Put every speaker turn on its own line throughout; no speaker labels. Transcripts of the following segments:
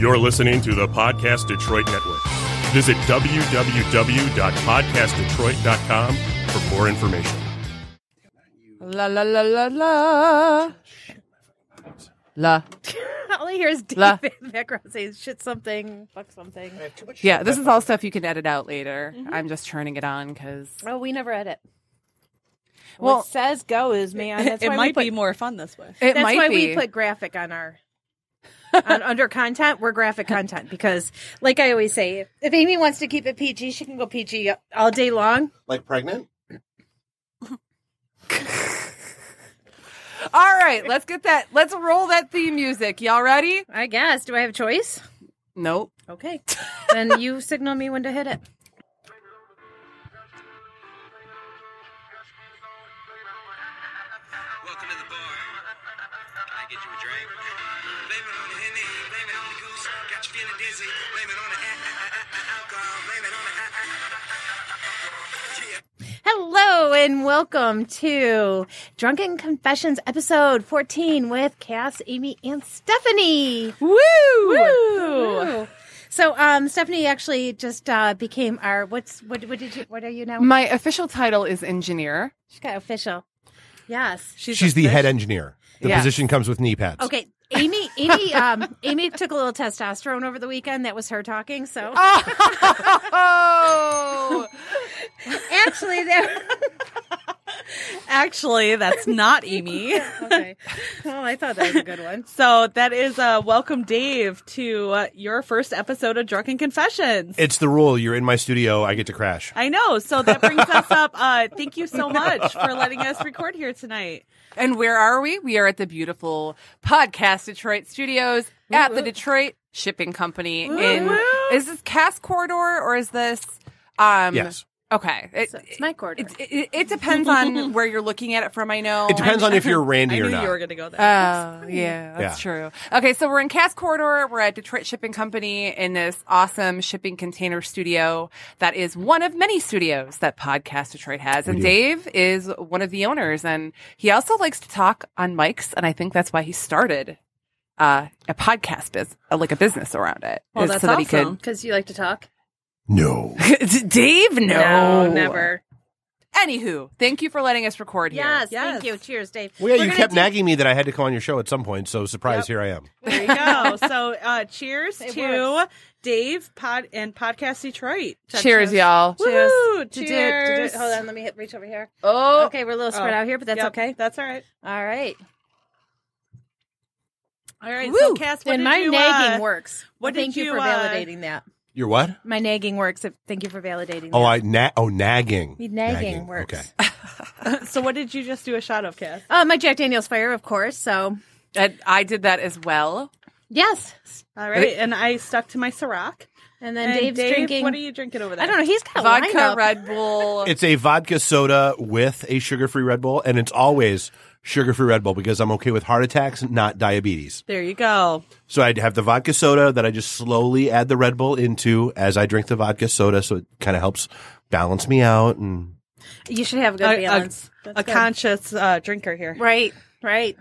You're listening to the Podcast Detroit Network. Visit www.podcastdetroit.com for more information.
La la la la la. La.
All I hear is
La.
David in the background saying shit something, fuck something.
Yeah, this is all stuff you can edit out later.
Mm-hmm.
I'm just turning it on because
Oh, we never edit. Well,
well,
says goes, man. That's
it
why
might
we put,
be more fun this way.
it
That's
might
why
be.
we put graphic on our on under content. We're graphic content because, like I always say, if, if Amy wants to keep it PG, she can go PG all day long.
Like pregnant?
all right, let's get that. Let's roll that theme music. Y'all ready?
I guess. Do I have a choice?
Nope.
Okay, then you signal me when to hit it.
Welcome to the bar. Can I get you a drink? Blame it on the henny, blame it on the goose. Got you feeling dizzy. Blame it on the a- a- a- a- alcohol. Blame it on the. a- a-
Hello and welcome to Drunken Confessions episode 14 with Cass, Amy, and Stephanie. Woo! Woo! So, um, Stephanie actually just uh, became our what's what? What did you? What are you now?
My official title is engineer.
She got official. Yes.
She's the head engineer. The
Yes.
position comes with knee pads.
Okay. Amy, Amy, um, Amy took a little testosterone over the weekend. That was her talking. So
Oh,
actually, that
Actually, that's not Amy.
okay. Well, I thought that was a good one.
So that is uh, welcome, Dave, to uh, your first episode of Drunken Confessions.
It's the rule. You're in my studio. I get to crash.
I know. So that brings us up. Uh, thank you so much for letting us record here tonight.
and where are we? We are at the beautiful Podcast Detroit Studios at the Detroit Shipping Company. In is this Cast Corridor or is this? Um,
Yes.
Okay. It,
So it's my quarter.
it, it, it depends on where you're looking at it from. I know.
It depends on if you're Randy
I
or
knew
not.
you were going to go there.
Uh.
Oh, yeah, that's true. Okay, so we're in Cass Corridor. We're at Detroit Shipping Company in this awesome shipping container studio that is one of many studios that Podcast Detroit has. And Dave is one of the owners, and he also likes to talk on mics, and I think that's why he started uh, a podcast biz, uh, like a business around it.
Oh,
Well,
is
that's
so that he
awesome.
Because you like to talk?
no.
could. Dave, no.
never.
Anywho, thank you for letting us record
Yes,
Yes.
thank you. Cheers, Dave.
Well, yeah,
We're
you
gonna
kept
do-
nagging me that I had to come on your show at some point. So, surprise, here I am.
There you go. So uh, cheers
It
to Dave Pod and Podcast Detroit.
here. Cheers, y'all.
Cheers. Woo,
To do it- to do it-
cheers.
Hold on, let me hit, reach over here.
Oh,
Okay, we're a little spread
Oh.
out here, but that's
Yep,
okay.
That's all right.
All right.
All right.
Woo.
So, Cass, what
and
did
my
you,
nagging
uh,
works.
what
thank
did
you,
you,
for
uh,
validating that.
Your what?
My nagging works. Thank you for validating.
Oh,
that.
I na- oh nagging.
Nagging works. Oh.
Okay.
So what did you just do a shot of, Cass?
Uh, my Jack Daniel's fire, of course. So
I, I did that as well.
yes,
All right. And I stuck to my Ciroc.
and then
And
Dave's
Dave,
drinking.
What are you drinking over there?
I don't know. He's got a
Vodka,
lineup.
Red Bull.
It's a vodka soda with a sugar-free Red Bull, and it's always sugar-free Red Bull because I'm okay with heart attacks, not diabetes.
There you go.
So I'd have the vodka soda that I just slowly add the Red Bull into as I drink the vodka soda, so it kind of helps balance me out. And
You should have a
A-
good
a-
balance.
a conscious uh, drinker here.
right, right.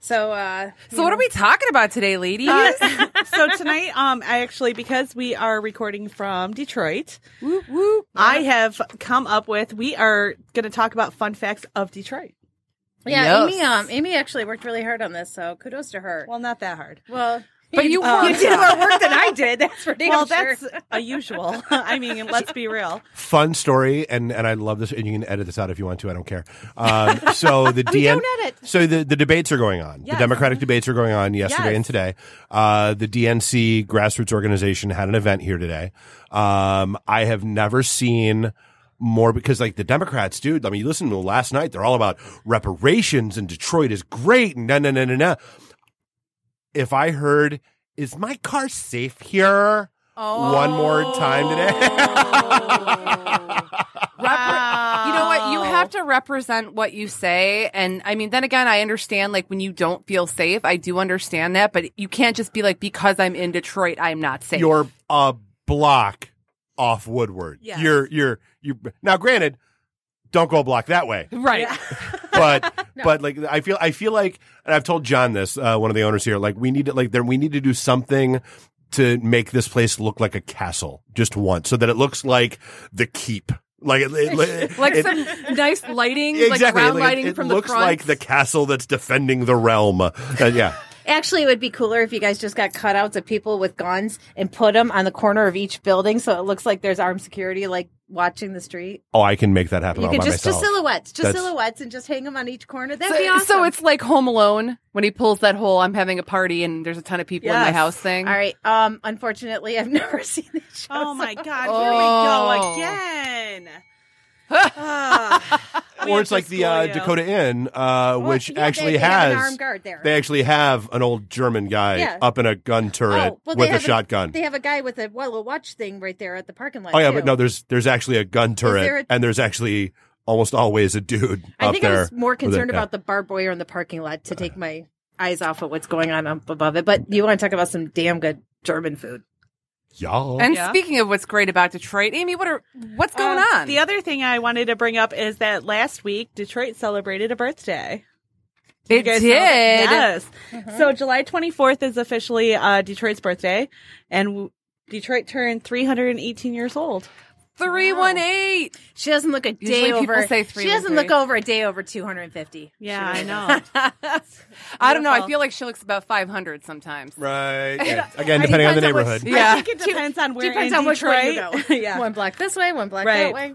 So, uh,
so what are we talking about today, ladies?
Uh, so tonight, um, I actually because we are recording from Detroit,
Whoop, whoop.
I have come up with we are going to talk about fun facts of Detroit.
yeah,
Yes.
Amy. Um, Amy actually worked really hard on this, so kudos to her.
Well, not that hard.
Well,
But you
Uh,
worked
did more work than I did. That's for damn
well,
sure.
that's unusual. I mean, let's be real.
fun story, and and I love this. And you can edit this out if you want to. I don't care. Um, so the
We
DN-
don't edit.
So the, the debates are going on.
Yes. Mm-hmm.
The Democratic debates are going on yesterday
Yes.
and today. Uh, the DNC grassroots organization had an event here today. Um, I have never seen more because like the Democrats, dude. I mean, you listen to last night; they're all about reparations and Detroit is great and na na na na na. If I heard, is my car safe here? One more time
Oh.
today.
you know what? You have to represent what you say. And I mean, then again, I understand like when you don't feel safe, I do understand that, but you can't just be like, because I'm in Detroit, I'm not safe.
you're a block off Woodward.
Yes.
You're you're you. Now, granted, don't go a block that way,
right.
but but like I feel I feel like, and I've told John this, uh, one of the owners here, like we need to like there we need to do something to make this place look like a castle just once, so that it looks like the keep. Like it, it-
like
it-
some nice lighting, like
exactly.
ground
it-
lighting
it, it
from
looks
the front.
like the castle that's defending the realm. Uh, yeah.
Actually, it would be cooler if you guys just got cutouts of people with guns and put them on the corner of each building, so it looks like there's armed security, like watching the street.
Oh, I can make that happen
You
all
could
by
just
myself.
just silhouettes, just
That's-
silhouettes, and just hang them on each corner. That'd
so,
be awesome.
so it's like Home Alone when he pulls that whole "I'm having a party and there's a ton of people in my
Yes.
house" thing.
all right. Um, unfortunately, I've never seen this show.
Oh my god,
Oh.
here we go again. oh. Ah, we
or
have
it's
to
like the
school
uh,
you.
Dakota Inn, uh,
Well,
which
yeah, they-
actually
they have
has
an armed guard there.
They actually have an old German guy
Yeah.
up in a gun turret
Oh, well, they
with a
have
shotgun.
They have a guy with a well, a watch thing right there at the parking lot.
oh yeah,
too.
but no, there's there's actually a gun turret,
there a-
and there's actually almost always a dude
I
up
think
there.
I was more
with a-
concerned
yeah. Uh.
about the barbed wire in the parking lot to take my eyes off of what's going on up above it. But you want to talk about some damn good German food?
y'all.
And
Oh, Yeah.
speaking of what's great about Detroit, Amy, what are what's going
Uh,
on?
The other thing I wanted to bring up is that last week Detroit celebrated a birthday.
it
You guys
did.
know that? Yes. So July 24th is officially uh, Detroit's birthday, and w- Detroit turned 318 years old.
Three one eight.
She doesn't look a day
Usually people
over.
say
she doesn't
313.
look over a day over two hundred and fifty.
Yeah, I know.
I don't know. I
Beautiful.
feel like she looks about five hundred sometimes.
Right. yeah. Again, depending on
depends on
the neighborhood.
Yeah.
I think it depends on where
Depends
in
on which way
Detroit.
you go.
yeah.
One block this way, one block
Right.
that way.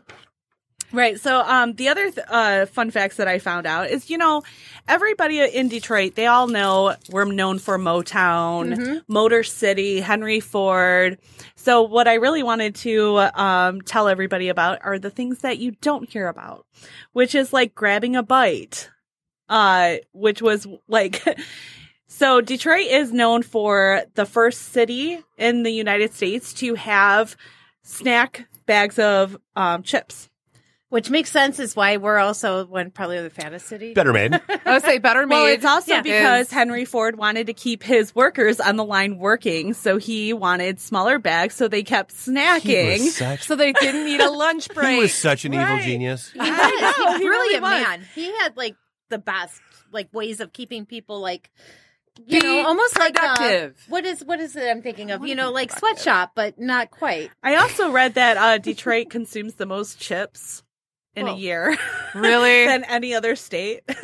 Right. So, um, the other th- uh, fun facts that I found out is, you know, everybody in Detroit, they all know we're known for Motown, Motor City, Henry Ford. So, what I really wanted to um, tell everybody about are the things that you don't hear about, which is like grabbing a bite, uh, which was like. So Detroit is known for the first city in the United States to have snack bags of um, chips.
Which makes sense is why we're also one probably of the fattest city.
Better made.
I would say better made.
Well, it's also
Yeah.
because
is-
Henry Ford wanted to keep his workers on the line working, so he wanted smaller bags, so they kept snacking.
He was such,
so they didn't need a lunch break.
he was such an evil genius.
He was. he was really a man. He had like the best like ways of keeping people like you
Be
know almost like uh,
productive.
what is what is it I'm thinking of? You know, like sweatshop, but not quite.
I also read that uh, Detroit consumes the most chips in
Whoa.
a year
really?
than any other state.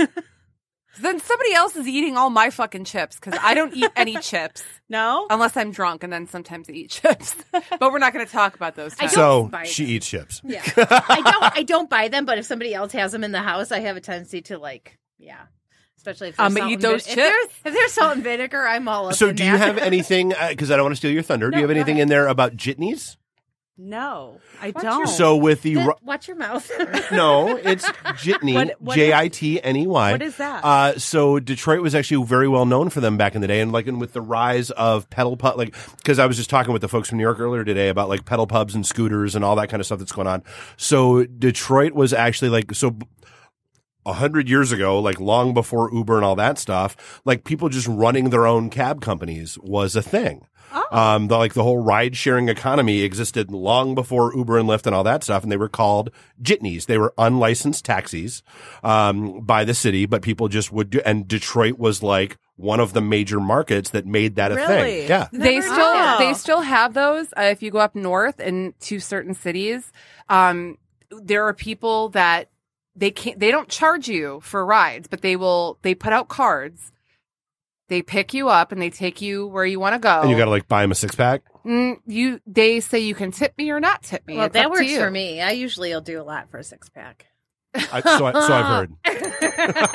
Then somebody else is eating all my fucking chips because I don't eat any chips
no?
unless I'm drunk, and then sometimes I eat chips. but we're not going to talk about those.
I
Times.
So
buy
she eats chips.
Yeah. I don't I don't buy them, but if somebody else has them in the house, I have a tendency to like yeah. Especially if there's
I'ma
salt
eat
and vin-
those
If there's,
chips.
if there's salt and vinegar, I'm all up.
So
in
do you
that.
have anything? Because I don't want to steal your thunder. do
No,
you have
go
anything
ahead.
in there about jitneys?
No, I
What's
don't.
your-
So with the ru-
Watch your mouth.
no, it's jitney,
What- what is-
J I T N E Y.
What is that?
Uh, so Detroit was actually very well known for them back in the day, and like, and with the rise of pedal pub, like, because I was just talking with the folks from New York earlier today about like pedal pubs and scooters and all that kind of stuff that's going on. So Detroit was actually like so. A hundred years ago, like long before Uber and all that stuff, like people just running their own cab companies was a thing.
Oh.
Um, the, like the whole ride sharing economy existed long before Uber and Lyft and all that stuff, and they were called jitneys. They were unlicensed taxis um, by the city, but people just would do. And Detroit was like one of the major markets that made that a
Really?
thing. Yeah,
they
Never
still
knew.
they still have those uh, if you go up north and to certain cities um there are people that they can't they don't charge you for rides but they will they put out cards they pick you up and they take you where you want to go
and
Oh.
you got to like buy them a six pack.
Mm, you they say you can tip me or not tip me
well,
It's
that
up to
works
you.
for me. I usually will do a lot for a six pack.
I, so, I, so I've heard.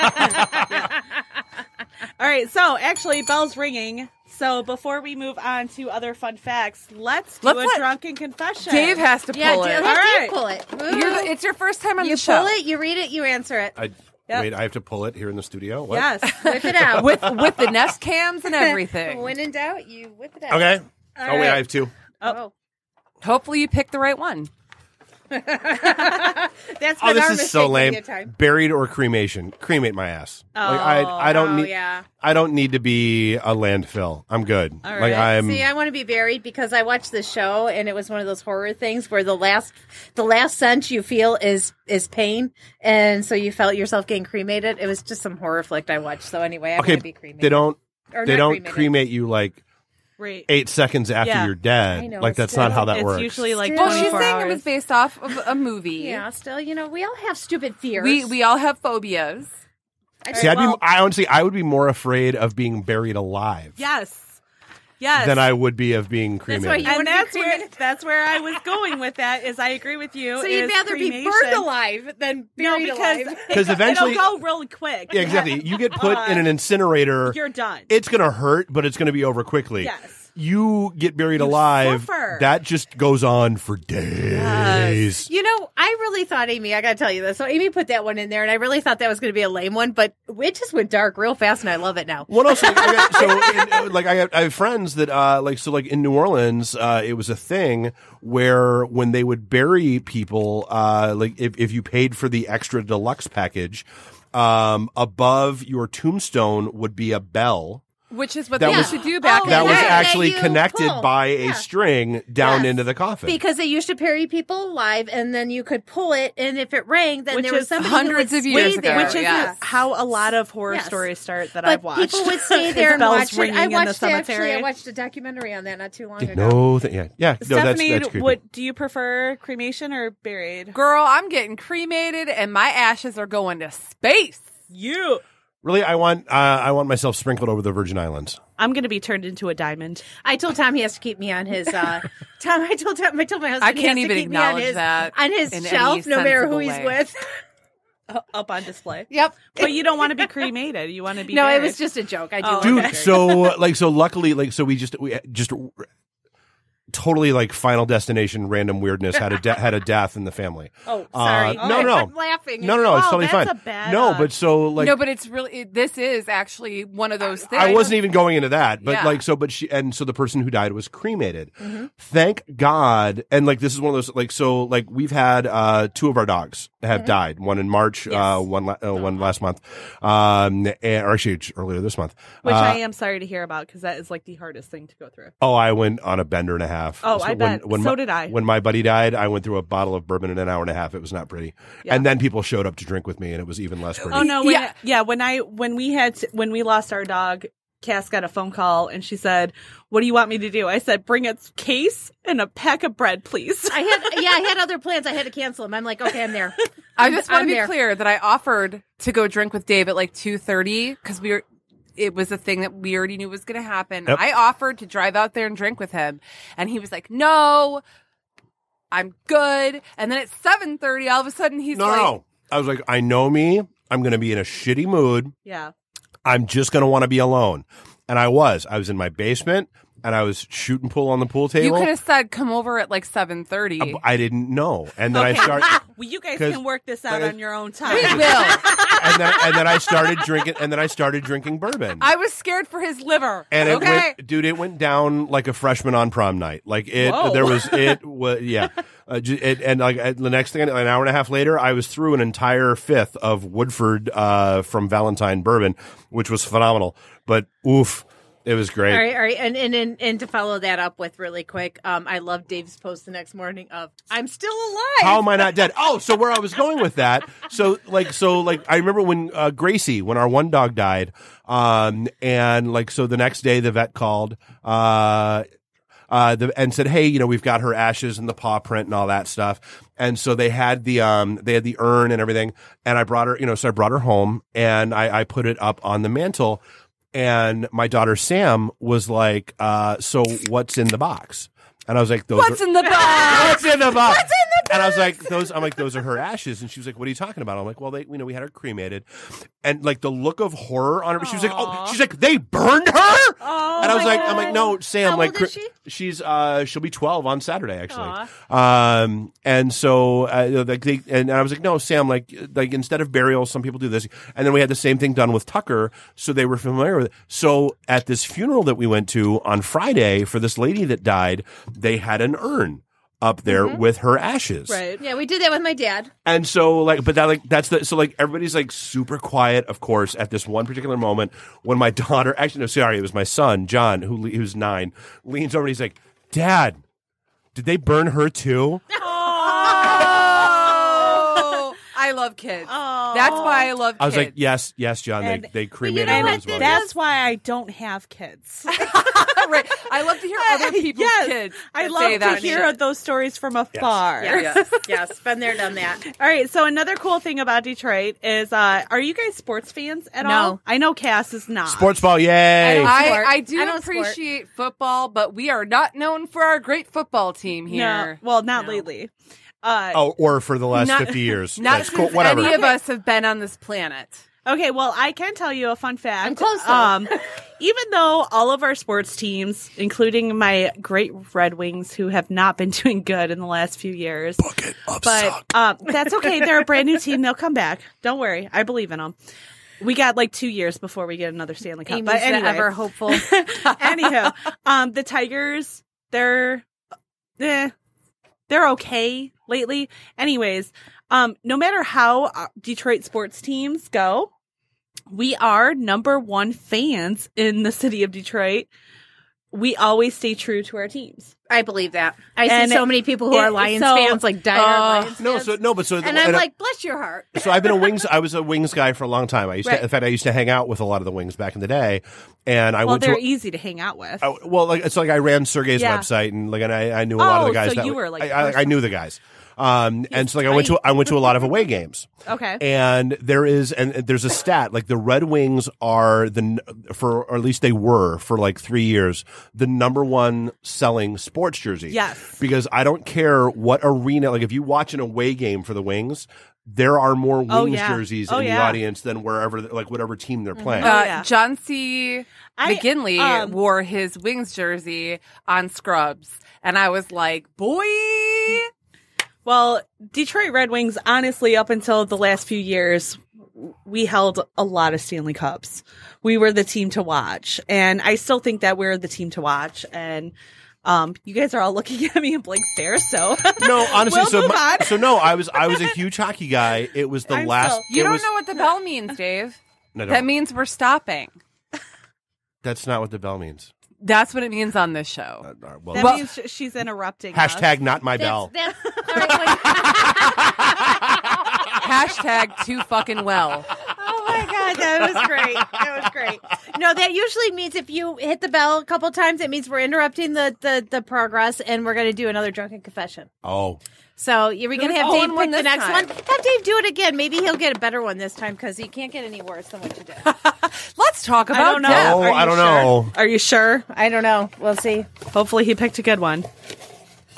All right, so actually, bell's ringing. So before we move on to other fun facts, let's do
Let's
a
let-
drunken confession.
dave has to pull
Yeah, do,
it
All
right.
right.
you pull it.
You're the- it's your first time on
you
the show
pull it, you read it, you answer it.
I
Yep.
wait. I have to pull it here in the studio. What?
yes.
Whip it out.
with with the nest cams and everything
when in doubt, you whip it out.
Okay. oh wait,
right.
I have two.
Oh,
hopefully you picked the right one
that's
Oh,
been
this
our
is
mistake
so lame.
many a time.
Buried or cremation? Cremate my ass. like,
Oh,
I I don't
oh,
need
yeah.
I don't need to be a landfill. I'm good.
All
Like
right.
I'm
See, I want to be buried because I watched the show and it was one of those horror things where the last the last sense you feel is is pain, and so you felt yourself getting cremated. It was just some horror flick I watched. So anyway, I
okay.
want to be cremated.
They don't
Or
they
not
don't
cremated.
cremate you like
Right.
eight seconds after
Yeah.
you're dead.
I know,
like
it's
that's not
still-
how that
it's
works.
usually like
Well, she's
24
saying
hours.
it was based off of a movie.
Yeah, still, you know, we all have stupid fears.
We we all have phobias.
I
See, I'd
well,
be. I honestly, I would be more afraid of being buried alive
yes, yes.
than I would be of being
why
cremated.
You
and
wanna be
that's where
cremated?
that's where I was going with that. Is I agree with you.
so you'd
is
rather be burned
cremation-
alive than
No,
buried
because
alive.
Because eventually-
it'll go really quick.
Yeah, exactly. You get put
Uh,
in an incinerator.
You're done.
It's gonna hurt, but it's gonna be over quickly.
Yes.
You get buried alive.
suffer.
That just goes on for days.
You know, I really thought Amy. I gotta tell you this. So Amy put that one in there, and I really thought that was gonna be a lame one, but it just went dark real fast, and I love it now.
Well, also, like, I got, so in, like I, got, I have friends that uh, like so like in New Orleans, uh, it was a thing where when they would bury people, uh, like if if you paid for the extra deluxe package, um, above your tombstone would be a bell.
Which is what
That
they
was-
used to do back
Oh,
in
that
the
was
yeah.
day.
actually
That you
connected
pull.
by a
Yeah.
string down
Yes.
into the coffin.
Because they used to bury people alive, and then you could pull it, and if it rang, then
Which
there was
is
somebody
hundreds
who
of
would
years
stay
ago,
there.
Which is
yes.
how a lot of horror
Yes.
stories start that
but
I've watched.
people would stay there
Is
and
bells
watch it.
ringing
I
in the
watched actually. I
cemetery.
watched a documentary on that not too long ago.
no, th- yeah, yeah, no, that's,
Stephanie,
that's creepy.
would do you prefer cremation or buried?
Girl, I'm getting cremated and my ashes are going to space.
You.
really, I want uh, I want myself sprinkled over the Virgin Islands.
I'm going to be turned into a diamond.
I told Tom he has to keep me on his. Uh, Tom, I told Tom, I told my husband.
I
he
can't
has to
even
keep me on
acknowledge
his-
that
on his
in any
shelf, no matter
sensible
who he's
way.
with.
Uh, Up on display.
yep.
But you don't want to be cremated. You want to be
No, it
buried.
was just a joke. I do.
Oh,
love
dude
that.
so like so luckily like so we just we just totally like final destination random weirdness had a de- had a death in the family
Oh,
Uh,
sorry.
no, no.
I'm laughing.
no no no it's
Wow,
totally
that's
fine
a bad,
no
uh,
but so like
no, but it's really it, this is actually one of those things.
I wasn't even going into that, but
Yeah.
like so, but she and so the person who died was cremated.
Mm-hmm.
Thank God, and like this is one of those like so like we've had uh two of our dogs
Mm-hmm.
have died, one in March, uh one la-
Oh,
uh, one last month, um and, or actually it's earlier this month.
Which
Uh,
I am sorry to hear about because that is like the hardest thing to go through.
Oh, I went on a bender and a half.
Oh, I bet. So
my,
did I.
When my buddy died, I went through a bottle of bourbon in an hour and a half. It was not pretty.
Yeah.
And then people showed up to drink with me, and it was even less pretty.
Oh no, when,
Yeah.
yeah, When I when we had to, when we lost our dog, Cass got a phone call and she said, "What do you want me to do?" I said, "Bring a case and a pack of bread, please."
I had yeah, I had other plans. I had to cancel them. I'm like, okay, I'm there.
I just want
I'm
to be
there.
clear that I offered to go drink with Dave at like two thirty because we were. It was a thing that we already knew was going to happen.
Yep.
I offered to drive out there and drink with him, and he was like, "No, I'm good." And then at seven thirty, all of a sudden he's
no,
like,
no. I was like, I know me. I'm going to be in a shitty mood.
yeah,
I'm just going to want to be alone. And I was. I was in my basement, and I was shooting pool on the pool
"You
table.
could have said come over at like seven thirty. We
I didn't know. And then I started.
well, you guys
'Cause-
can work this out
uh,
on your own time.
will.
and, then, and then I started drinking. And then I started drinking bourbon.
I was scared for his liver.
And it
okay,
went, dude, it went down like a freshman on prom night. Like it,
Whoa.
there was it was yeah. Uh, ju- it, and like uh, the next thing, an hour and a half later, I was through an entire fifth of Woodford uh, from Valentine Bourbon, which was phenomenal. But oof, it was great.
All right, all right, and and and, and to follow that up with really quick, um, I love Dave's post the next morning of I'm still alive.
How am I not dead? Oh, so where I was going with that. So like so like I remember when uh, Gracie, when our one dog died, um, and like so the next day the vet called uh uh, the, and said, "Hey, you know, we've got her ashes and the paw print and all that stuff." And so they had the um, they had the urn and everything. And I brought her, you know, so I brought her home and I, I put it up on the mantle. And my daughter Sam was like, uh, "So what's in the box?" And I was like, "Those
what's
are-
in the box?
What's in the box? And I was like, those. I'm like, those are her ashes. And she was like, what are you talking about? I'm like, well, they, you know, we had her cremated, and like the look of horror on her. She was like, oh, she's like, they burned her. and I was like, I'm like, no, Sam,
Oh How
like,
old is
cri-
she?
she's uh, she'll be 12 on Saturday actually. Um, and so uh, you know, like they, and I was like, no, Sam, like, like instead of burial, some people do this, and then we had the same thing done with Tucker, so they were familiar with it. So at this funeral that we went to on Friday for this lady that died, they had an urn. Up there with her ashes,
right?
Yeah, we did that with my dad.
and so like, but that like that's the so like everybody's like super quiet, of course, at this one particular moment when my daughter, actually no, sorry, it was my son John who le- who's nine, leans over and he's like, "Dad, did they burn her too?"
Oh, I love kids.
Oh.
That's why I love kids.
I was like, yes, yes, John.
And-
they they
you
cremated
know
her
what?
as well.
That's why I don't have kids.
right. I love to hear other people's
Yes.
kids.
I
that
love
say
to
that
hear
shit.
those stories from afar.
yes, yes. Been there, done that.
All right. So another cool thing about Detroit is, uh, are you guys sports fans at
No.
all? I know Cass is not.
Sports ball, yay!
don't-
I,
Sport.
I do
I don't sport.
appreciate football, but we are not known for our great football team
No.
here.
Well, not
No.
lately. Uh,
Oh, or for the last
Not-
fifty years.
Not
That's
since
cool. Whatever.
any of us have been on this planet.
Okay, well, I can tell you a fun fact. Um,
I'm close, though.
even though all of our sports teams, including my great Red Wings, who have not been doing good in the last few years, but um, that's okay. They're a brand new team. They'll come back. Don't worry. I believe in them. We got like two years before we get another Stanley Cup.
Amy's
but
the
anyway,
ever hopeful.
anywho, um, the Tigers, they're, eh, they're okay lately. Anyways, um, no matter how uh, Detroit sports teams go, we are number one fans in the city of Detroit. We always stay true to our teams.
I believe that. I
And
see so many people who
it-
are Lions
so-
fans, like dire
Uh,
Lions
no,
fans.
so no, but so
and I'm
I-
like, bless your heart.
so I've been a wings. I was a wings guy for a long time. I used
Right.
to, in fact, I used to hang out with a lot of the wings back in the day, and I
Well,
went to.
they're easy to hang out with.
I- well, like it's like I ran Sergey's
Yeah.
website and like and I, I knew a lot of
Oh,
the guys.
so
that
you
w-
were, like,
I, I, I knew the guys, um, and so like I went to
tight.
I went to a lot of away games.
okay.
And there is, and there's a stat like the Red Wings are the n- for, or at least they were for like three years, the number one selling sports jersey.
Yes.
because I don't care what arena. Like if you watch an away game for the Wings, there are more Wings
Oh, yeah.
jerseys
Oh,
in the
yeah. Mm-hmm.
audience than wherever, like whatever team they're playing.
Uh,
Oh, yeah.
John C.
I-
McGinley
um,
wore his Wings jersey on Scrubs, and I was like, boy.
Well, Detroit Red Wings, honestly, up until the last few years, we held a lot of Stanley Cups. We were the team to watch, and I still think that we're the team to watch. And um, you guys are all looking at me and blank stare. So
No, honestly,
We'll
so
move
my-
on.
so no, I was I was a huge hockey guy. It was the
I'm
last.
so-
You
it
don't
was-
know what the bell means, Dave.
No, no,
That means we're stopping.
that's not what the bell means.
That's what it means on this show.
Uh, all right, well,
that
Well-
means sh- she's interrupting. us.
hashtag not my bell.
That's, that's, all right, wait.
Hashtag too fucking well.
Oh my god, that was great. That was great. No, that usually means if you hit the bell a couple times, it means we're interrupting the the, the progress and we're going to do another drunken confession.
Oh,
So yeah, we're going to
Who's
have Dave
on one
pick the
this
next
time?
one. Have Dave do it again. Maybe he'll get a better one this time because he can't get any worse than what you did.
Let's talk
I
about
don't know.
death.
Oh,
Are you
I don't
sure?
know.
Are you sure?
I don't know. We'll see.
Hopefully, he picked a good one.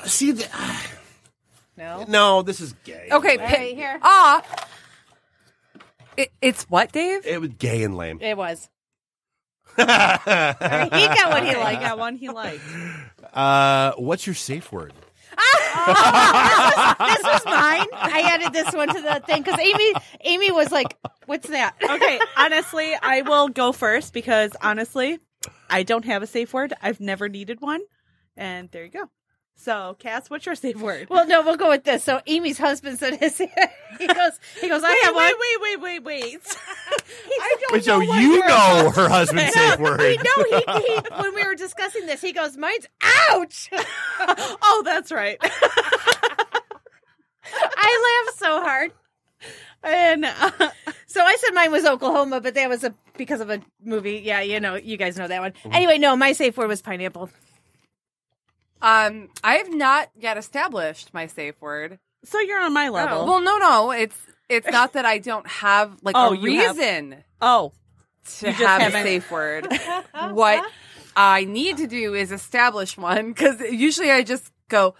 see, th-
No.
no, this is gay.
Okay,
All
pick-
right, here.
ah. It, it's what, Dave?
it was gay and lame.
It was. he got what he
I
liked.
got one he liked.
Uh, what's your safe word?
This was mine. I added this one to the thing because Amy Amy was like, "What's that?"
Okay, honestly, I will go first because honestly, I don't have a safe word. I've never needed one. And there you go. So, Cass, what's your safe word?
Well, no, we'll go with this. So Amy's husband said his. He goes. He goes. I have one.
wait, wait, wait, wait. I don't
Wait, so
what
you
your-
know her husband's safe word.
No, he, he. When we were discussing this, he goes, "Mine's ouch."
Oh, that's right.
I laughed so hard.
And uh,
So I said mine was Oklahoma, but that was a because of a movie. Yeah, you know, you guys know that one. Anyway, no, my safe word was pineapple.
Um, I have not yet established my safe word.
so you're on my level.
Well, no, no, it's it's not that I don't have like
Oh,
a
you have-
reason
Oh,
to have
haven't-
a safe word. what I need to do is establish one because usually I just go.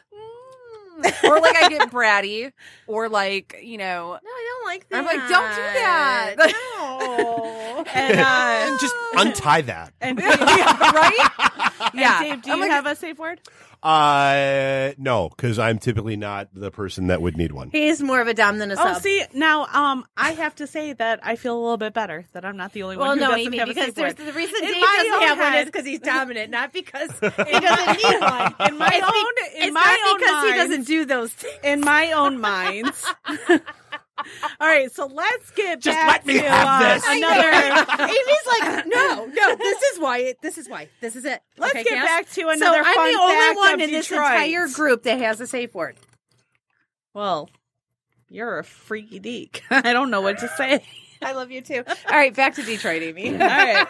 "Mm," or like I get bratty, or like you know,
No, I don't like that.
I'm like, don't do that.
No.
and uh,
Just untie that.
and
right? Yeah,
Dave, do
I'm
you
like,
have a safe word?
Uh, no, because I'm typically not the person that would need one.
He's more of a dom than a
Oh,
sub.
see, now um, I have to say that I feel a little bit better that I'm not the only one
well,
who
no,
doesn't
Amy,
have a
because
safe word.
there's the reason
In
Dave
my
doesn't
own
have one is
head-
because he's dominant, not because he doesn't need one.
In my
It's be-
own- in
it's
my
not
own
because he
mind-
doesn't do those things.
in my own mind. All right, so let's get
Just
back
let me
to
have
uh,
this.
another.
Amy's like, no, no, this is why. It, this is why. This is it.
Let's
Okay,
get
Cass?
back to
So
another.
I'm
fun
the only
fact
one
of
in this
Detroit.
entire group that has a safe word.
Well, You're a freaky deek. I don't know what to say.
I love you too. All right, back to Detroit, Amy.
All right.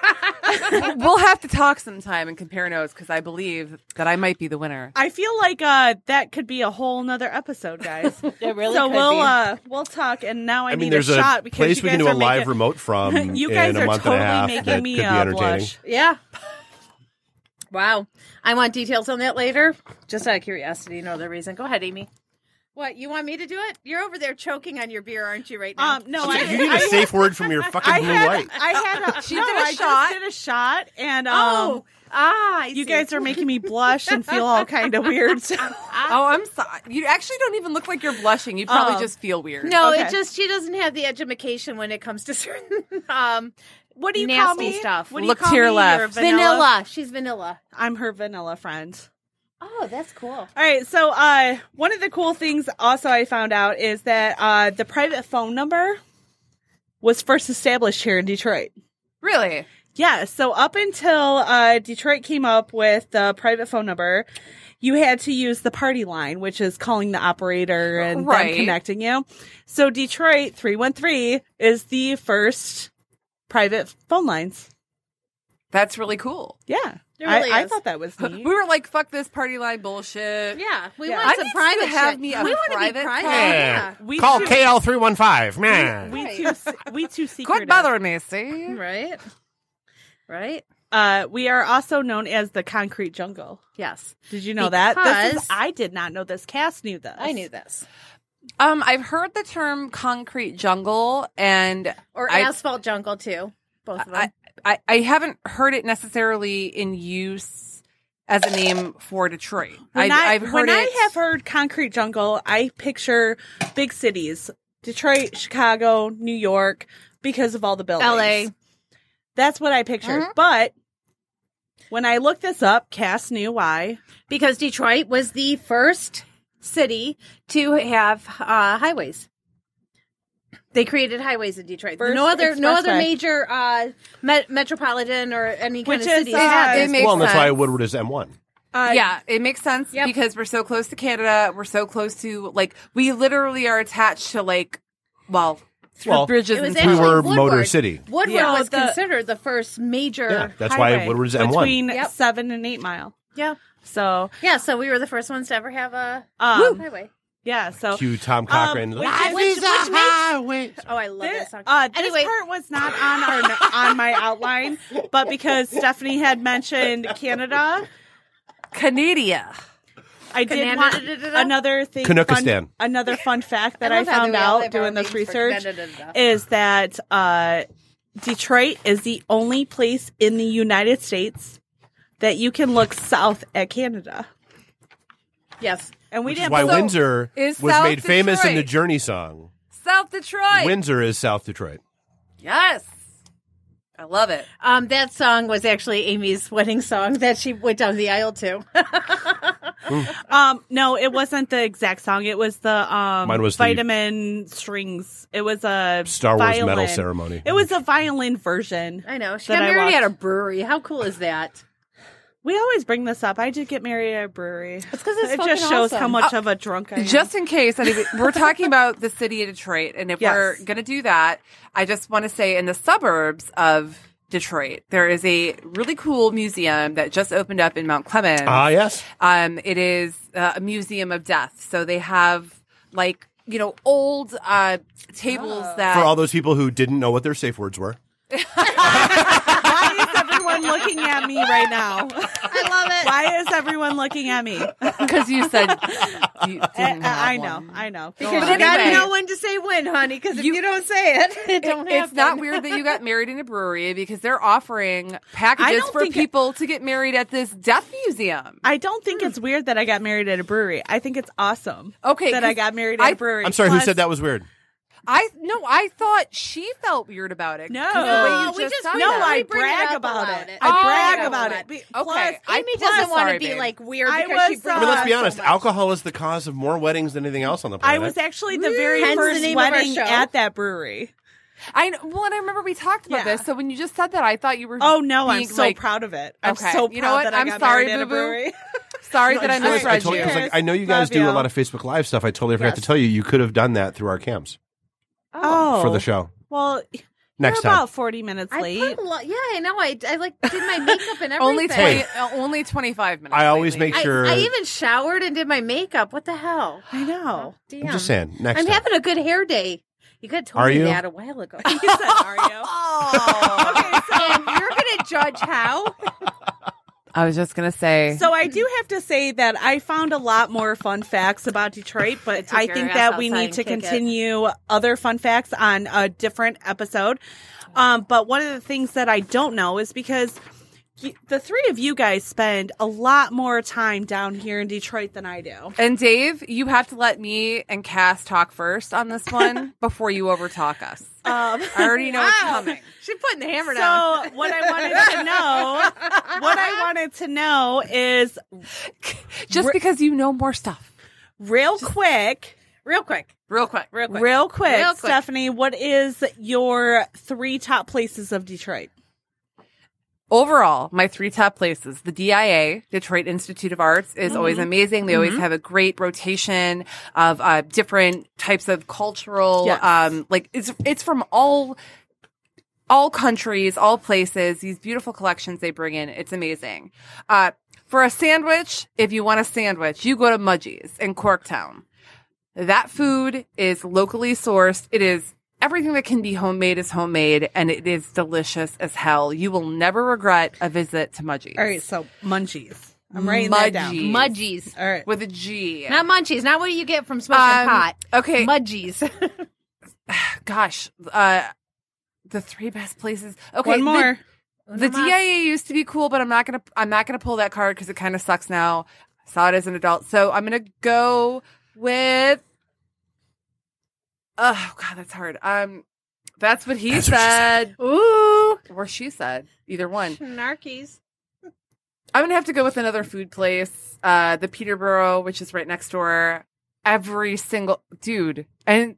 we'll have to talk sometime and compare notes because I believe that I might be the winner.
I feel like uh, that could be a whole nother episode, guys.
It really
so
could
we'll
be.
uh, we'll talk. And now I,
I
need
mean, there's
a,
a,
shot because
place
you
we
guys
can do a
are
live
making-
remote from
You guys
in a
are
month
totally
and a half
making
that
me
could be
uh,
entertaining.
blush.
Yeah. Wow. I want details on that later. Just out of curiosity, no other reason. Go ahead, Amy. What, you want me to do it? You're over there choking on your beer, aren't you, right now?
Um, no,
So
I,
you need a safe word from your fucking
I
blue
had
light.
I had a,
She
no,
did a
I
shot.
Just did a shot, and um,
oh, ah, I
you
see.
guys are making me blush and feel all kind of weird. So.
Oh, I'm sorry. You actually don't even look like you're blushing. You probably
Oh.
just feel weird.
No,
Okay.
it just she doesn't have the edumacation when it comes to certain um
What do you call
nasty
me?
stuff.
What do
Look
you call
to your
me?
left.
Your
vanilla.
vanilla?
She's vanilla.
I'm her vanilla friend.
Oh, that's cool.
All right, so uh, one of the cool things also I found out is that uh, the private phone number was first established here in Detroit.
Really?
Yeah, so up until uh, Detroit came up with the private phone number, you had to use the party line, which is calling the operator and them
Right.
connecting you. So Detroit 313 is the first private phone lines.
That's really cool.
Yeah.
It
I-
really
I,
is.
thought that was
We
neat.
were like, fuck this party line bullshit.
Yeah, we
Yeah.
want
I
some
need to
private
have
shit.
me
we
a
want to be
private
private.
car.
Yeah.
We
Call
should-
KL three one five, man.
We too, we too secretive.
Quit bothering me, see?
Right. Right.
Uh, we are also known as the concrete jungle.
Yes.
Did you know that? This
Because-
is, I did not know this. Cass knew this.
I knew this.
Um, I've heard the term concrete jungle, and
Or
I-
asphalt jungle too. Both of them.
I, I, I haven't heard it necessarily in use as a name for Detroit.
When
I've,
I,
I've heard
when
it.
I have heard concrete jungle, I picture big cities: Detroit, Chicago, New York, because of all the buildings.
LA.
That's what I pictured.
Mm-hmm.
But when I looked this up, Cass knew why.
because Detroit was the first city to have uh, highways. They created highways in Detroit.
First
no other, no other
expressway.
major uh, met- metropolitan or any kind
Which
of
is,
city.
uh,
had
It
this.
makes
well, and that's why
sense.
Woodward is M one.
Uh,
yeah, it makes sense
Yep.
because we're so close to Canada. We're so close to like we literally are attached to like well, through
Well,
bridges
It
and
was
We
tunnels.
were
actually
Motor
Woodward.
City.
Woodward
Yeah.
was
The-
considered the first major.
Yeah, that's
highway
why Woodward's M one.
between
Yep.
seven and eight mile.
yeah,
So
yeah. So we were the first ones to ever have a
um,
highway.
yeah, so
Cue Tom Cochran.
Um,
Life
which-
is
which-
a
which makes-
highway.
Oh, I love that
This,
song.
uh, this
anyway,
part was not on our on my outline, but because Stephanie had mentioned Canada,
Canada.
I did
Canada-
want
da- da- da- da.
another thing.
Canuckistan.
Fun, another fun fact that
I
I,
love how
found
we all have
out
our
doing this
names for- da-
research
da- da- da.
is that uh, Detroit is the only place in the United States that you can look south at Canada,
yes,
and we
Which is
didn't.
why
so-
Windsor was
is South
made famous in the
Detroit.
Journey song.
South Detroit.
Windsor is South Detroit.
yes. I love it.
um, that song was actually Amy's wedding song that she went down the aisle to.
Um, no, it wasn't the exact song. It was the um
Mine was the-
vitamin strings. It was a
Star Wars medal
violin.
ceremony.
It was a violin version.
I know she
that
got
I
married at a
watched.
brewery. How cool is that?
We always bring this up. I did get married at a brewery. It's
'cause it's
it just
fucking
shows
awesome.
how much of a drunk I am.
Uh, Just in case, I think we're talking about the city of Detroit, and if
Yes.
we're going to do that, I just want to say in the suburbs of Detroit, there is a really cool museum that just opened up in Mount Clemens.
Ah, yes.
Um, it is uh, a museum of death, so they have like you know old uh, tables
Oh.
that
For all those people who didn't know what their safe words were.
why is everyone looking at me right now?
I love it.
Why is everyone looking at me? I,
because you said you didn't have
Eh, I I know,
one.
I know.
Because
But
you gotta
anyway-
know when to say when, honey. Because if you,
You-
don't say it, it
It-
don't
it's
happen.
not weird that you got married in a brewery because they're offering
I
packages
don't
for
think it-
people to get married at this death museum.
I don't think it's weird that I got married at a brewery. I think it's awesome.
Okay,
that I
'cause
got married at a
I-
brewery.
I'm sorry, who
Plus-
said that was weird?
I no, I thought she felt weird about it.
No.
'cause the way you
No,
we just-
said
No,
that.
I
We bring it
brag
up
about,
about
it.
it.
I
Oh,
brag
okay.
about it. Be-
Okay,
Plus,
I-
Amy
plus-
doesn't want to
sorry,
be
babe.
like weird
I
because she
was,
brings
I mean, let's
it
be
up so
honest.
much.
alcohol is the cause of more weddings than anything else on the
I
planet.
was actually the very
Hence the
first
name of our
wedding
show.
at that brewery.
I know- well, and I remember we talked about
Yeah.
this. So when you just said that, I thought you were.
Oh no, I'm
being,
so
like,
proud of it. I'm
Okay,
so proud
you know what?
that I
I'm
got
sorry,
married at a
boo-boo.
brewery.
sorry that I
I, realized- I
misread
told you,
you.
I was like, I know you
Love
guys do
you.
a lot of Facebook Live stuff. I totally forgot to
Yes.
tell you, you could have done that through our cams
Oh,
for the show
Well, you're
next time.
about forty minutes
I
late.
put a lot. Yeah, I know. I, I like did my makeup and everything.
Only
Hey.
twenty, uh, only twenty-five minutes.
I always
lately.
make sure.
I, I even showered and did my makeup. What the hell? Oh,
I know.
Damn.
I'm just saying, next
I'm
time.
having a good hair day. You could have told
Are
me
you?
that a while ago. and
You said, "Are you?" Oh.
you're gonna judge how?
I was just gonna say.
So I do have to say that I found a lot more fun facts about Detroit, but
Take
I
your
think
ass
that we
outside
need
and
to
kick it.
continue other fun facts on a different episode. Um, but one of the things that I don't know is because y- the three of you guys spend a lot more time down here in Detroit than I do.
and Dave, you have to let me and Cass talk first on this one before you overtalk us.
Um,
I already know it's
Wow.
coming.
She's putting the hammer
so
down.
what I wanted to know, what I wanted to know is
Just because you know more stuff.
real quick.
Real quick,
Real quick.
real quick.
Real quick,
Real quick.
Stephanie, what is your three top places of Detroit?
Overall, my three top places, the DIA, Detroit Institute of Arts, is always amazing. They always have a great rotation of uh, different types of cultural,
Yes.
um, like it's, it's from all, all countries, all places, these beautiful collections they bring in. It's amazing. Uh, for a sandwich, if you want a sandwich, you go to Mudgee's in Corktown. That food is locally sourced. It is everything that can be homemade is homemade and it is delicious as hell. You will never regret a visit to Mudgee's.
All right, so munchies. I'm writing that down.
Mudgies.
mudgies,
All right.
With a G.
not munchies. Not what you get from Smoking
Um,
Pot.
okay.
mudgies.
Gosh. Uh, the three best places. Okay.
One
the-
more.
The DIA used to be cool, but I'm not gonna I'm not gonna pull that card because it kind of sucks now. I saw it as an adult, so I'm gonna go with. Oh God, that's hard. Um, that's what he
That's what she
said,
Ooh,
or she said, either one.
narkies.
I'm gonna have to go with another food place, uh, the Peterborough, which is right next door. Every single dude, and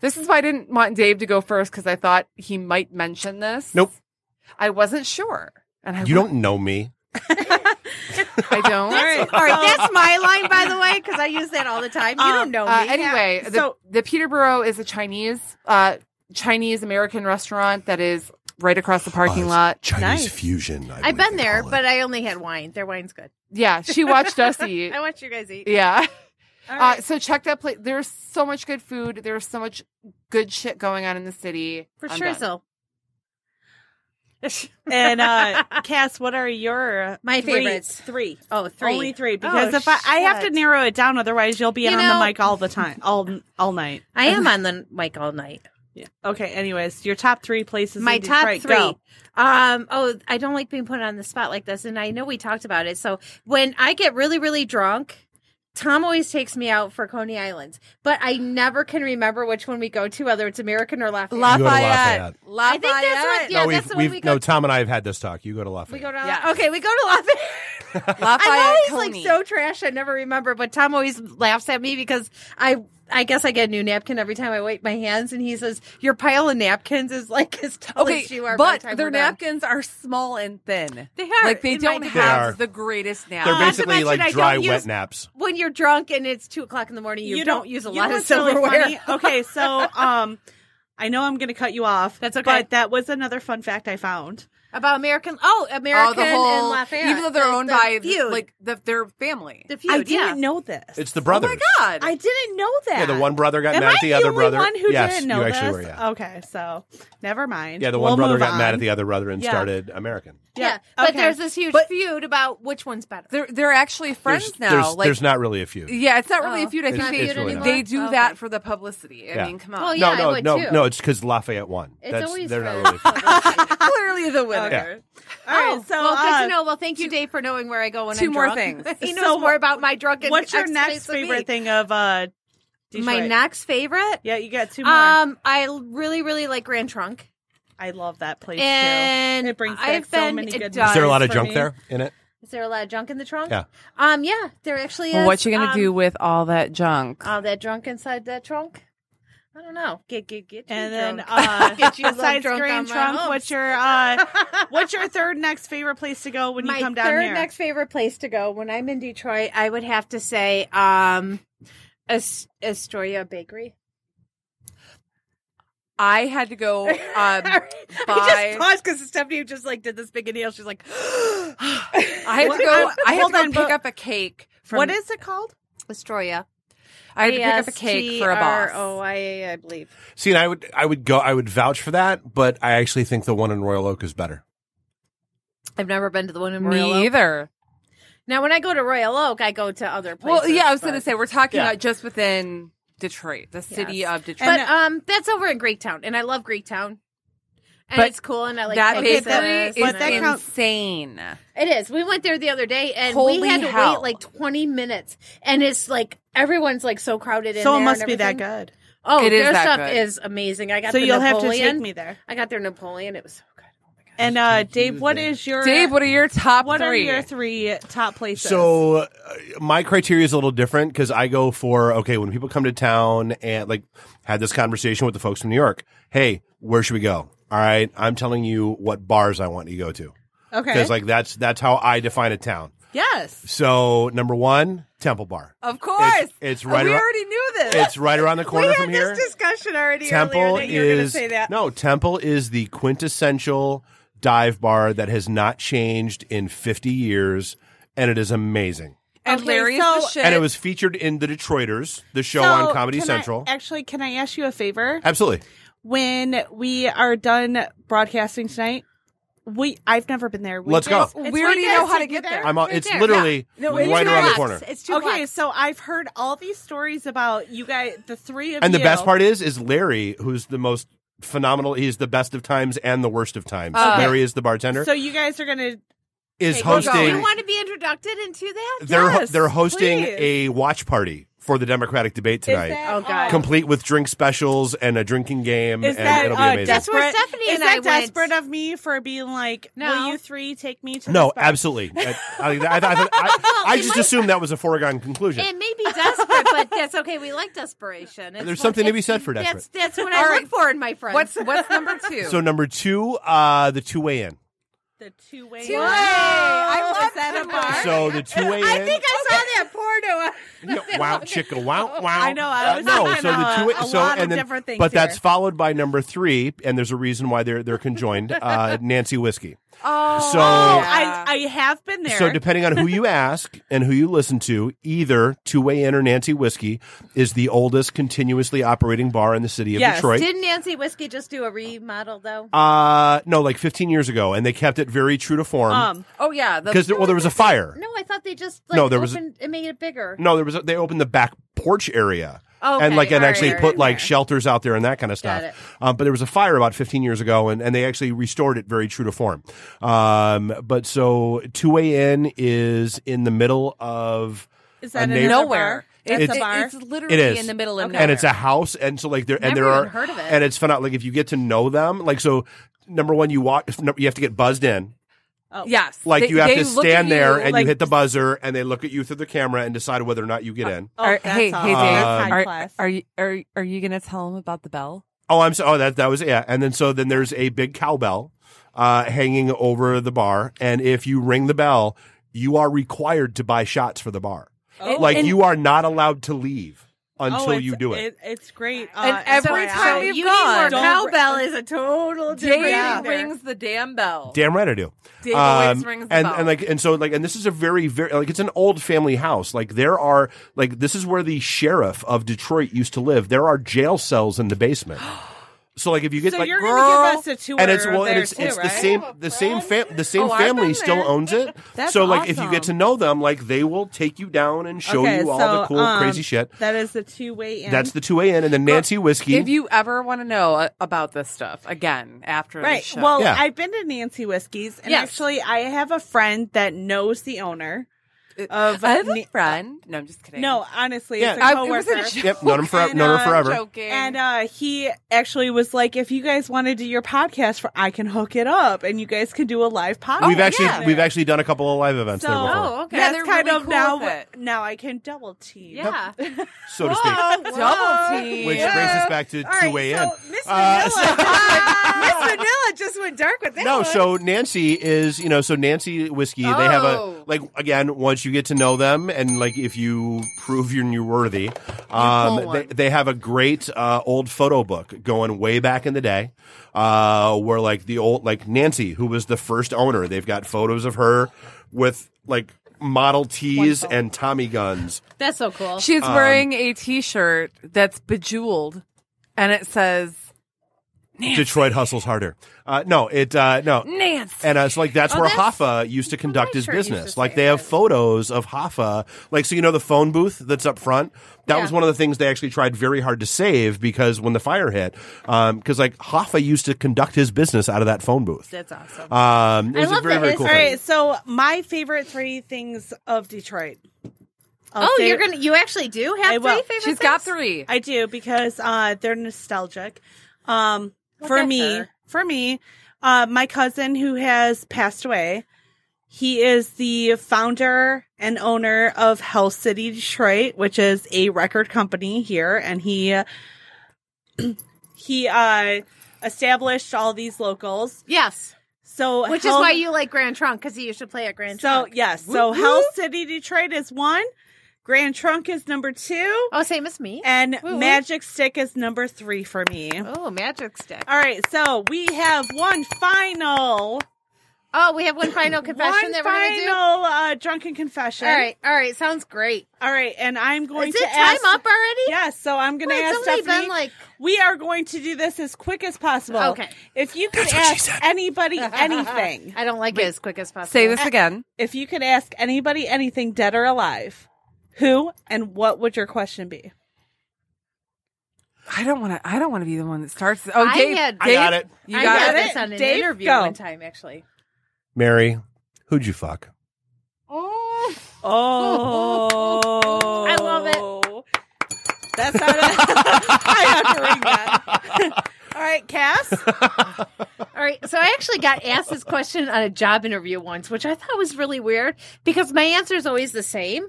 this is why I didn't want Dave to go first because I thought he might mention this.
Nope.
I wasn't sure, and I
You don't know me.
I don't.
right.
All right, that's my line, by the way, because I use that all the time. You don't
Um,
know me.
Uh, anyway, the,
So-
the Peterborough is a Chinese uh, Chinese American restaurant that is right across the parking
it's
lot.
Chinese
Nice.
fusion. I
I've
believe
been
they
there,
call it.
but I only had wine. Their wine's good.
Yeah, she watched us eat.
I watch you guys eat.
Yeah.
All
Uh,
right.
so check that place. There's so much good food. There's so much good shit going on in the city.
For
I'm
sure,
done.
so.
And uh Cass, what are your
My
three,
favorites.
Three.
Oh, three.
Only three. Because
Oh,
if I, I have to
shit.
narrow it down, otherwise you'll be
You
on
know-
the mic all the time. All all night.
I am on the mic all night.
Yeah. Okay, anyways, your top three places
My
in
top
Detroit.
three.
Go.
Um, oh, I don't like being put on the spot like this, and I know we talked about it. So when I get really, really drunk, Tom always takes me out for Coney Islands, but I never can remember which one we go to, whether it's American or Lafayette.
You go to Lafayette.
Lafayette.
I think that's what. Yeah,
no,
that's the
we've,
one
we've
we go.
no. Tom and I have had this talk. You go to Lafayette.
we go to.
Yeah.
Okay, we go to Lafayette.
Lafayette
I'm always
Coney.
like so trash. I never remember, but Tom always laughs at me because I. I guess I get a new napkin every time I wipe my hands, and he says, "Your pile of napkins is like as tall
Okay,
as you are." by
but
the time
their
we're done."
napkins are small and thin.
They are,
like they
in my
don't
house.
They
have
are.
the greatest napkins.
They're
not to
basically
mention I
like
don't
dry
use-
wet naps.
when you're drunk and it's two o'clock in the morning, you, don't, use a
you
lot
know
of
what's really
silverware.
funny? okay, so um I know I'm gonna cut you off.
That's okay.
But that was another fun fact I found.
About American, oh,
Oh,
American
the
and
whole,
Lafayette,
even though they're
The-
owned
the
by
feud.
like the, their family.
the feud.
I didn't
yeah.
know this.
It's the
Oh
brothers.
my god!
I didn't know that.
Yeah, the one brother got
Am
mad
I
at the, other
only
brother.
One who
yes,
didn't know
you actually
this?
were. Yeah.
Okay, so never mind.
Yeah, the
We'll
one brother
move
got mad
on.
at the other brother and
Yeah.
started American.
yeah,
Yeah,
but
okay.
there's this huge feud about which one's better.
They're they're actually friends
there's,
now.
There's,
like
there's not really a few.
yeah, it's not really
Oh.
a feud. I
It's-
think they,
it's really not.
they do
Okay.
that for the publicity. I
Yeah.
mean, come on.
Well, yeah, I
no, no,
would
no,
too.
no. It's because Lafayette won.
it's
That's,
always
they're
for-
not really. a few.
Clearly the winner.
Yeah.
All right,
Oh,
so
well, good
uh,
to know. Well, thank you, Dave, for knowing where I go when
two
I'm
more
drunk.
things.
he knows
So,
more about my drunken.
What's your
ex
next
face than me.
favorite thing of uh, Detroit?
My next favorite.
Yeah, you got two more.
Um, I really, really like Grand Trunk,
I love that place
and
too. It brings back
I've
so
been.
many
it
good
does
Is there a lot of
For
junk
me.
there in it?
Is there a lot of junk in the trunk?
Yeah.
Um. Yeah, there actually is.
Well, what you gonna
Um,
do with all that junk?
All that junk inside that trunk. I don't know. Get get get. you
And then,
drunk.
uh,
Get you love
besides
drunk on
Green
my
Trunk,
humps.
what's your uh, what's your third next favorite place to go when
my
you come down
third
here?
next favorite place to go when I'm in Detroit, I would have to say um, As- Astoria Bakery.
I had to go uh,
I
buy.
just paused because Stephanie just like did this big deal. She's like,
I had to go. I had to go pick up a cake from
What is it called?
Astoria. I had to pick up a cake for a
Oh,
boss.
I I believe.
See, and I would I would go I would vouch for that, but I actually think the one in Royal Oak is better.
I've never been to the one in Royal
Me
Oak.
either.
Now, when I go to Royal Oak, I go to other places.
Well, yeah, I was
but-
going to say we're talking
Yeah.
about just within Detroit, the city
Yes.
of Detroit.
But um, that's over in Greektown, and I love Greektown. And
But
it's cool, and I like
that
places,
bakery is
and
but that
I-
counts-
insane.
It is. We went there the other day, and we
Holy
had to
hell.
wait like twenty minutes, and it's like everyone's like so crowded. In
So it
there
must
and
be that
everything.
good.
Oh,
It is
their
that
stuff
good.
is amazing. I got
So
the
you'll have
Napoleon.
to take me there.
I got their Napoleon. It was so good. Oh my god.
And uh, Dave, what is your
Dave, what are your top
what
three?
are your three top places?
So uh, my criteria is a little different because I go for okay when people come to town and like had this conversation with the folks from New York. Hey, where should we go? All right, I'm telling you what bars I want you to go to
okay,
because like that's that's how I define a town.
yes,
So number one, Temple Bar.
of course, Oh,
It's- it's right
We
around-
already knew this.
It's right around the corner
we
from
had
here.
this discussion already.
Temple
earlier that you were gonna
is
say that.
no Temple is the quintessential dive bar that has not changed in 50 years, and it is amazing.
and
Hilarious
so,
as shit.
And it was featured in The Detroiters, the show
so
on Comedy
can I-
Central.
actually, can I ask you a favor?
Absolutely.
When we are done broadcasting tonight, we I've never been there. We
Let's go.
just- it's
We
right
already
there.
know how
Take
to
me
get there.
I'm on,
Right
it's
there.
literally
it's
right
two
around the
blocks.
corner.
It's two
Okay,
blocks.
so I've heard all these stories about you guys, the three of
And
you.
the best part is is Larry, who's the most phenomenal he's the best of times and the worst of times.
Okay.
Larry is the bartender.
So you guys are gonna.
is
Hey, we're
hosting
Do
going.
you want to be introduced into that?
they're
Yes,
they're hosting
please.
a watch party for the Democratic debate
Is
tonight.
that,
Oh, God.
uh,
complete with drink specials and a drinking game,
Is
and
that
it'll be
uh,
amazing.
That's where
desperate-
Stephanie
is
and
that
I went.
desperate of me for being like,
No.
will you three take me to?
no,
this bar?
absolutely. I, I, I, I, I- I just assumed that was a foregone conclusion.
It may be desperate, but that's okay. We like desperation. It's what-
There's something to be
it's-
said for desperate.
That's, that's what
All
I
right.
look for in my friends.
what's what's number two?
So number two, uh, the two way in.
The two way.
Two-way.
I
Oh,
love
is that a
two-way.
bar?
So the two way in.
I think I saw that porno.
Yeah, wow, chicka, wow, wow.
Oh, I know, I
Uh,
was
no,
thinking
so the
a-
two,
a
so
lot
and
of
then,
different things
but that's
here.
followed by number three, and there's a reason why they're they're conjoined. Uh, Nancy whiskey.
oh,
So
Oh,
Yeah.
I I have been there.
So depending on who you ask and who you listen to, either Two Way In or Nancy Whiskey is the oldest continuously operating bar in the city of
Yes.
Detroit.
Didn't Nancy Whiskey just do a remodel though?
uh no, like 15 years ago, and they kept it very true to form
um,
oh yeah, the,
because well there was a fire.
No, I thought they just like,
No, there was a-
opened, it made it bigger.
No, there was a, they opened the back porch area.
Okay,
and like and
all
actually
right,
put like
fair.
shelters out there and that kind of
Got
stuff.
it.
Um, but there was a fire about 15 years ago, and, and they actually restored it very true to form. Um, but so Two Way In is in the middle of
is
a
that
neighbor-
another
nowhere.
bar? That's
It's,
a bar.
it's literally
It is
in the middle of
and
nowhere.
it's a house, and so like there and
Never
there are
even heard of it.
and it's fun out like if you get to know them, like so. Number one, you walk. if- You have to get buzzed in.
Oh.
yes,
Like
They-
you have
they
to
look at
stand there
you
and
like-
you hit the buzzer, and they look at you through the camera and decide whether or not you get in.
Oh,
All right,
that's
hey,
all.
hey,
Uh,
Dave.
That's high
are,
class.
are you are are you gonna tell him about the bell?
Oh, I'm so. Oh, that that was yeah. And then so then there's a big cowbell uh, hanging over the bar, and if you ring the bell, you are required to buy shots for the bar.
Oh.
like
and-
you are not allowed to leave until
Oh, it's-
you do it.
It's great.
And
Uh,
every
FYI.
time
you
you've
need
gone-
more
Don't-
cowbell is a total
Dave
different. Yeah.
rings the damn bell.
Damn right I do. Um,
Dave
oh,
always rings the
and,
bell.
and like and so like and this is a very very like it's an old family house. Like there are like this is where the sheriff of Detroit used to live. There are jail cells in the basement. So like if you get
so
like
you're gonna
girl,
give us a tour
and it's well,
there
and it's,
too,
it's
right?
the same the same fam- the same
Oh, I've
family
been
still
there.
owns it.
That's
so like if you
awesome.
get to know them, like they will take you down and show
Okay,
you all
so,
the cool
um,
crazy shit.
That is the two way in.
That's the two A N and then Nancy whiskey.
If you ever want to know uh, about this stuff again after the
right.
show,
Well,
Yeah.
I've been to Nancy Whiskey's, and
Yes.
actually, I have a friend that knows the owner. of
Uh, I have
ne-
a friend. No, I'm just kidding.
no, honestly,
Yeah.
it's
I-
a
I, it was
coworker.
a joke.
Yep, known him, for,
And,
known
uh,
her forever.
Joking.
and uh, he actually was like, "If you guys want to do your podcast, for I can hook it up, and you guys can do a live podcast."
we've actually
yeah.
we've actually done a couple of live events there
Oh, So-
before,
oh, okay.
That's
They're
kind
really
of
cool
now.
with it.
Now I can double team.
Yeah.
so to speak.
Double team.
Which brings us back to
oh, All right,
two a.m.
so Miss
Uh,
Vanilla-
Miss Vanilla just went dark with that.
No,
one.
so Nancy is, you know, so Nancy whiskey, they have a
Oh.
like again, once you get to know them and like if you prove you're new worthy,
pull
um they,
one.
they have a great uh old photo book going way back in the day. Uh where like the old like Nancy, who was the first owner, they've got photos of her with like Model Ts and Tommy guns.
that's so cool.
She's
Um,
wearing a T-shirt that's bejeweled, and it says
Detroit hustles harder. Uh, no, it uh, no.
Nance.
And uh, so, like, that's
Oh,
where
that's-
Hoffa used to conduct his
sure it used to
business.
say
Like, they have
that.
photos of Hoffa. Like, so you know the phone booth that's up front. That was
Yeah.
one of the things they actually tried very hard to save because when the fire hit, because like Hoffa used to conduct his business out of that phone booth.
That's awesome.
Um, it
I
was a
love
very
the
very cool
All
history.
thing.
right, so my favorite three things of Detroit. I'll
oh,
say-
you're gonna you actually do have three
I will.
favorite.
She's got
things?
three.
I do because uh, they're nostalgic. Um, for
that's
me,
her.
for me, uh, my cousin who has passed away, he is the founder and owner of Hell City Detroit, which is a record company here, and he he uh, established all these locals.
Yes,
So
which
Hell-
is why you like Grand Trunk because he used to play at Grand
so
Trunk.
yes, so Hell City Detroit is one, Grand Trunk is number two,
Oh, same as me.
and
Woo-woo.
Magic Stick is number three for me.
Oh, magic stick.
All right, so we have one final,
Oh, we have one final confession
one
that we're gonna do.
final uh, drunken confession.
All right, all right, sounds great.
all right, and I'm going
Is
to
it time
ask.
up already?
Yes, so I'm going to
Wait,
ask
it's only
Stephanie.
been like
we are going to do this as quick as possible.
Okay.
If you could
That's what she
ask
said.
anybody anything,
I don't like it as quick as possible.
Say this again.
if you could ask anybody anything, dead or alive, who and what would your question be?
I don't want to. I don't want to be the one that starts. Oh,
I
Dave,
had-
I got
Dave,
it.
You
I
got
got
it?
this on an
Dave,
interview
go.
one time actually.
Mary, who'd you fuck?
Oh,
I love
it. That's not. A, I have to read that. All right, Cass.
All right. So I actually got asked this question on a job interview once, which I thought was really weird because my answer is always the same.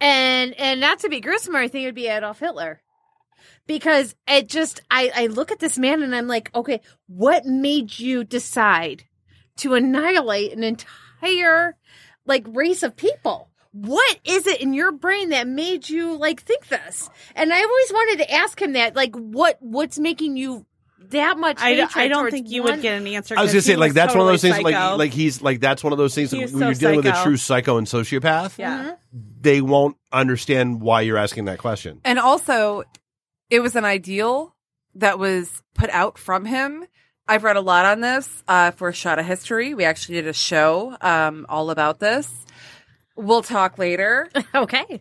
And and not to be gruesome or anything, it would be Adolf Hitler. Because it just I, I look at this man and I'm like, okay, what made you decide to annihilate an entire like race of people? What is it in your brain that made you like think this? And I always wanted to ask him that, like, what what's making you that much?
I,
hatred
I don't
towards
think you
one
would get an answer.
I was
'cause
gonna say
he
like that's one of those
totally
things like
psycho.
like he's like that's one of those things
He
that
was
when
so
you're dealing with a
psycho.
true psycho and sociopath,
yeah.
they won't understand why you're asking that question.
and also, it was an ideal that was put out from him. I've read a lot on this uh, for Shot of History. We actually did a show um, all about this. We'll talk later.
Okay. Mm-hmm.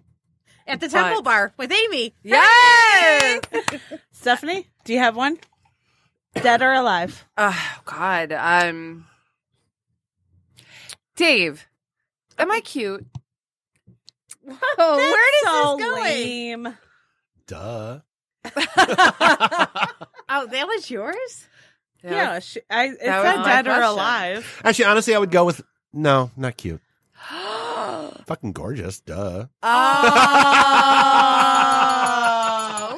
At the
Temple
Temple Bar with Amy.
yes.
Stephanie, do you have one? Dead or alive?
Oh God. Um. Dave, am I cute?
Whoa,
so
where does this going?
lame.
Duh.
Oh, that was yours?
Yeah, she, I, it
That was
said
my
dead or
question.
alive.
Actually, honestly, I would go with no, not cute. Fucking gorgeous. Duh.
Oh,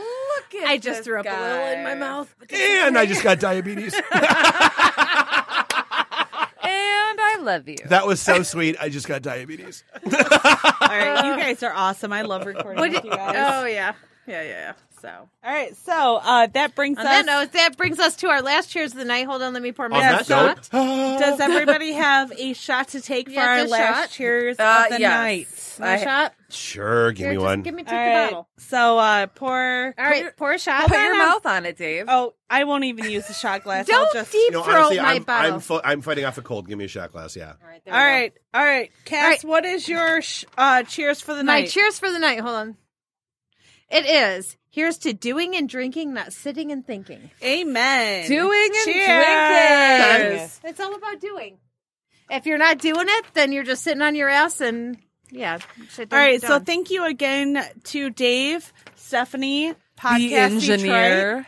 look at
I just
this
threw up a little in my
guy.
mouth.
And I just got diabetes.
And I love you.
that was so sweet. I just got diabetes.
All right, you guys are awesome. I love recording with you guys.
Oh, yeah. Yeah, yeah, yeah. So.
All right, so uh, that brings
On
us.
that note, that brings us to our last cheers of the night. Hold on, let me pour my
On
Yeah,
that
last shot.
note,
shot. does everybody have a shot to take for
Yeah,
our
just
last
shot.
cheers
Uh,
of the
yes.
night?
My
I-
shot.
sure, give
Here,
me
just
one.
Give me two
All
the
right,
bottle.
so uh, pour.
All right, pour a shot.
Put your
Put
mouth on it, Dave.
Oh, I won't even use the shot glass.
Don't
I'll just.
deep
you know,
throat
honestly,
my
I'm
bottle.
I'm, fu- I'm fighting off a cold. Give me a shot glass. Yeah.
All right, there
all
we go.
right, all right, Cass.
All right.
What is your sh- uh, cheers for the
My
night?
cheers for the night. Hold on. It is. Here's to doing and drinking, not sitting and thinking.
Amen.
Doing and
Cheers.
drinking.
It's all about doing. If you're not doing it, then you're just sitting on your ass and Yeah. Shit
All right. So
done.
thank you again to Dave, Stephanie, podcast
the engineer.
Detroit.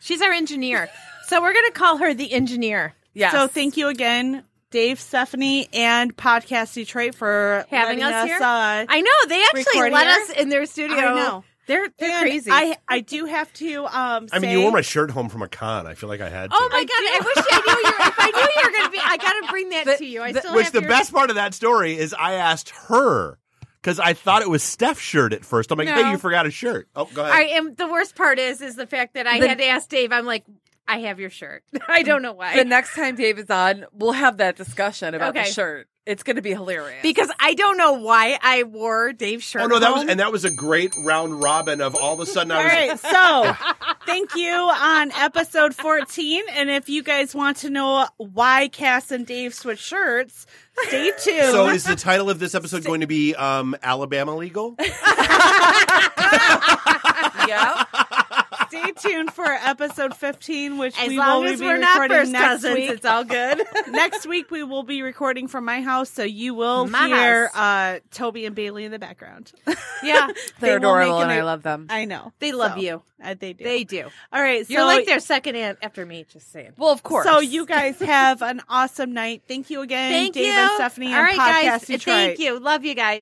she's our engineer. So we're gonna call her the engineer.
Yes.
So thank you again, Dave, Stephanie, and Podcast Detroit for
Having
letting
us here?
Uh,
I know they actually
Record
let
here?
us in their studio.
I know.
They're they're
and
crazy.
I I do have to. Um,
I mean,
say-
you wore my shirt home from a con. I feel like I had to.
Oh my god! I wish I knew you. If I knew you were gonna be, I gotta bring that to you. I still
Which
have
the
your-
best part of that story is I asked her because I thought it was Steph's shirt at first. I'm like, hey,
No.
you forgot a shirt. Oh, go ahead.
I am. The worst part is, is the fact that I
The-
had to ask Dave. I'm like, I have your shirt. I don't know why.
the next time Dave is on, we'll have that discussion about
Okay.
the shirt. It's going to be hilarious.
because I don't know why I wore Dave's shirt.
oh no, that was
home.
and that was a great round robin of all of a sudden I
All
was
right, so thank you on episode 14. And if you guys want to know why Cass and Dave switch shirts, stay tuned.
So is the title of this episode going to be um, Alabama legal?
yeah,
stay tuned for episode 15, which
as
we
long
will
as
be
we're
recording
not first
next
cousins,
week.
it's all good.
next week we will be recording from my house, so you will
My
hear uh, Toby and Bailey in the background.
yeah,
They will
they're adorable
make
and
an-
I love them.
I know
they love
So,
you.
uh, they do.
They do.
All right, so
You're like their second aunt after me. Just saying.
Well, of course.
So you guys have an awesome night. Thank you again,
Thank
Dave
you,
and Stephanie,
All right,
and Podcast
guys.
Detroit.
Thank you. Love you guys.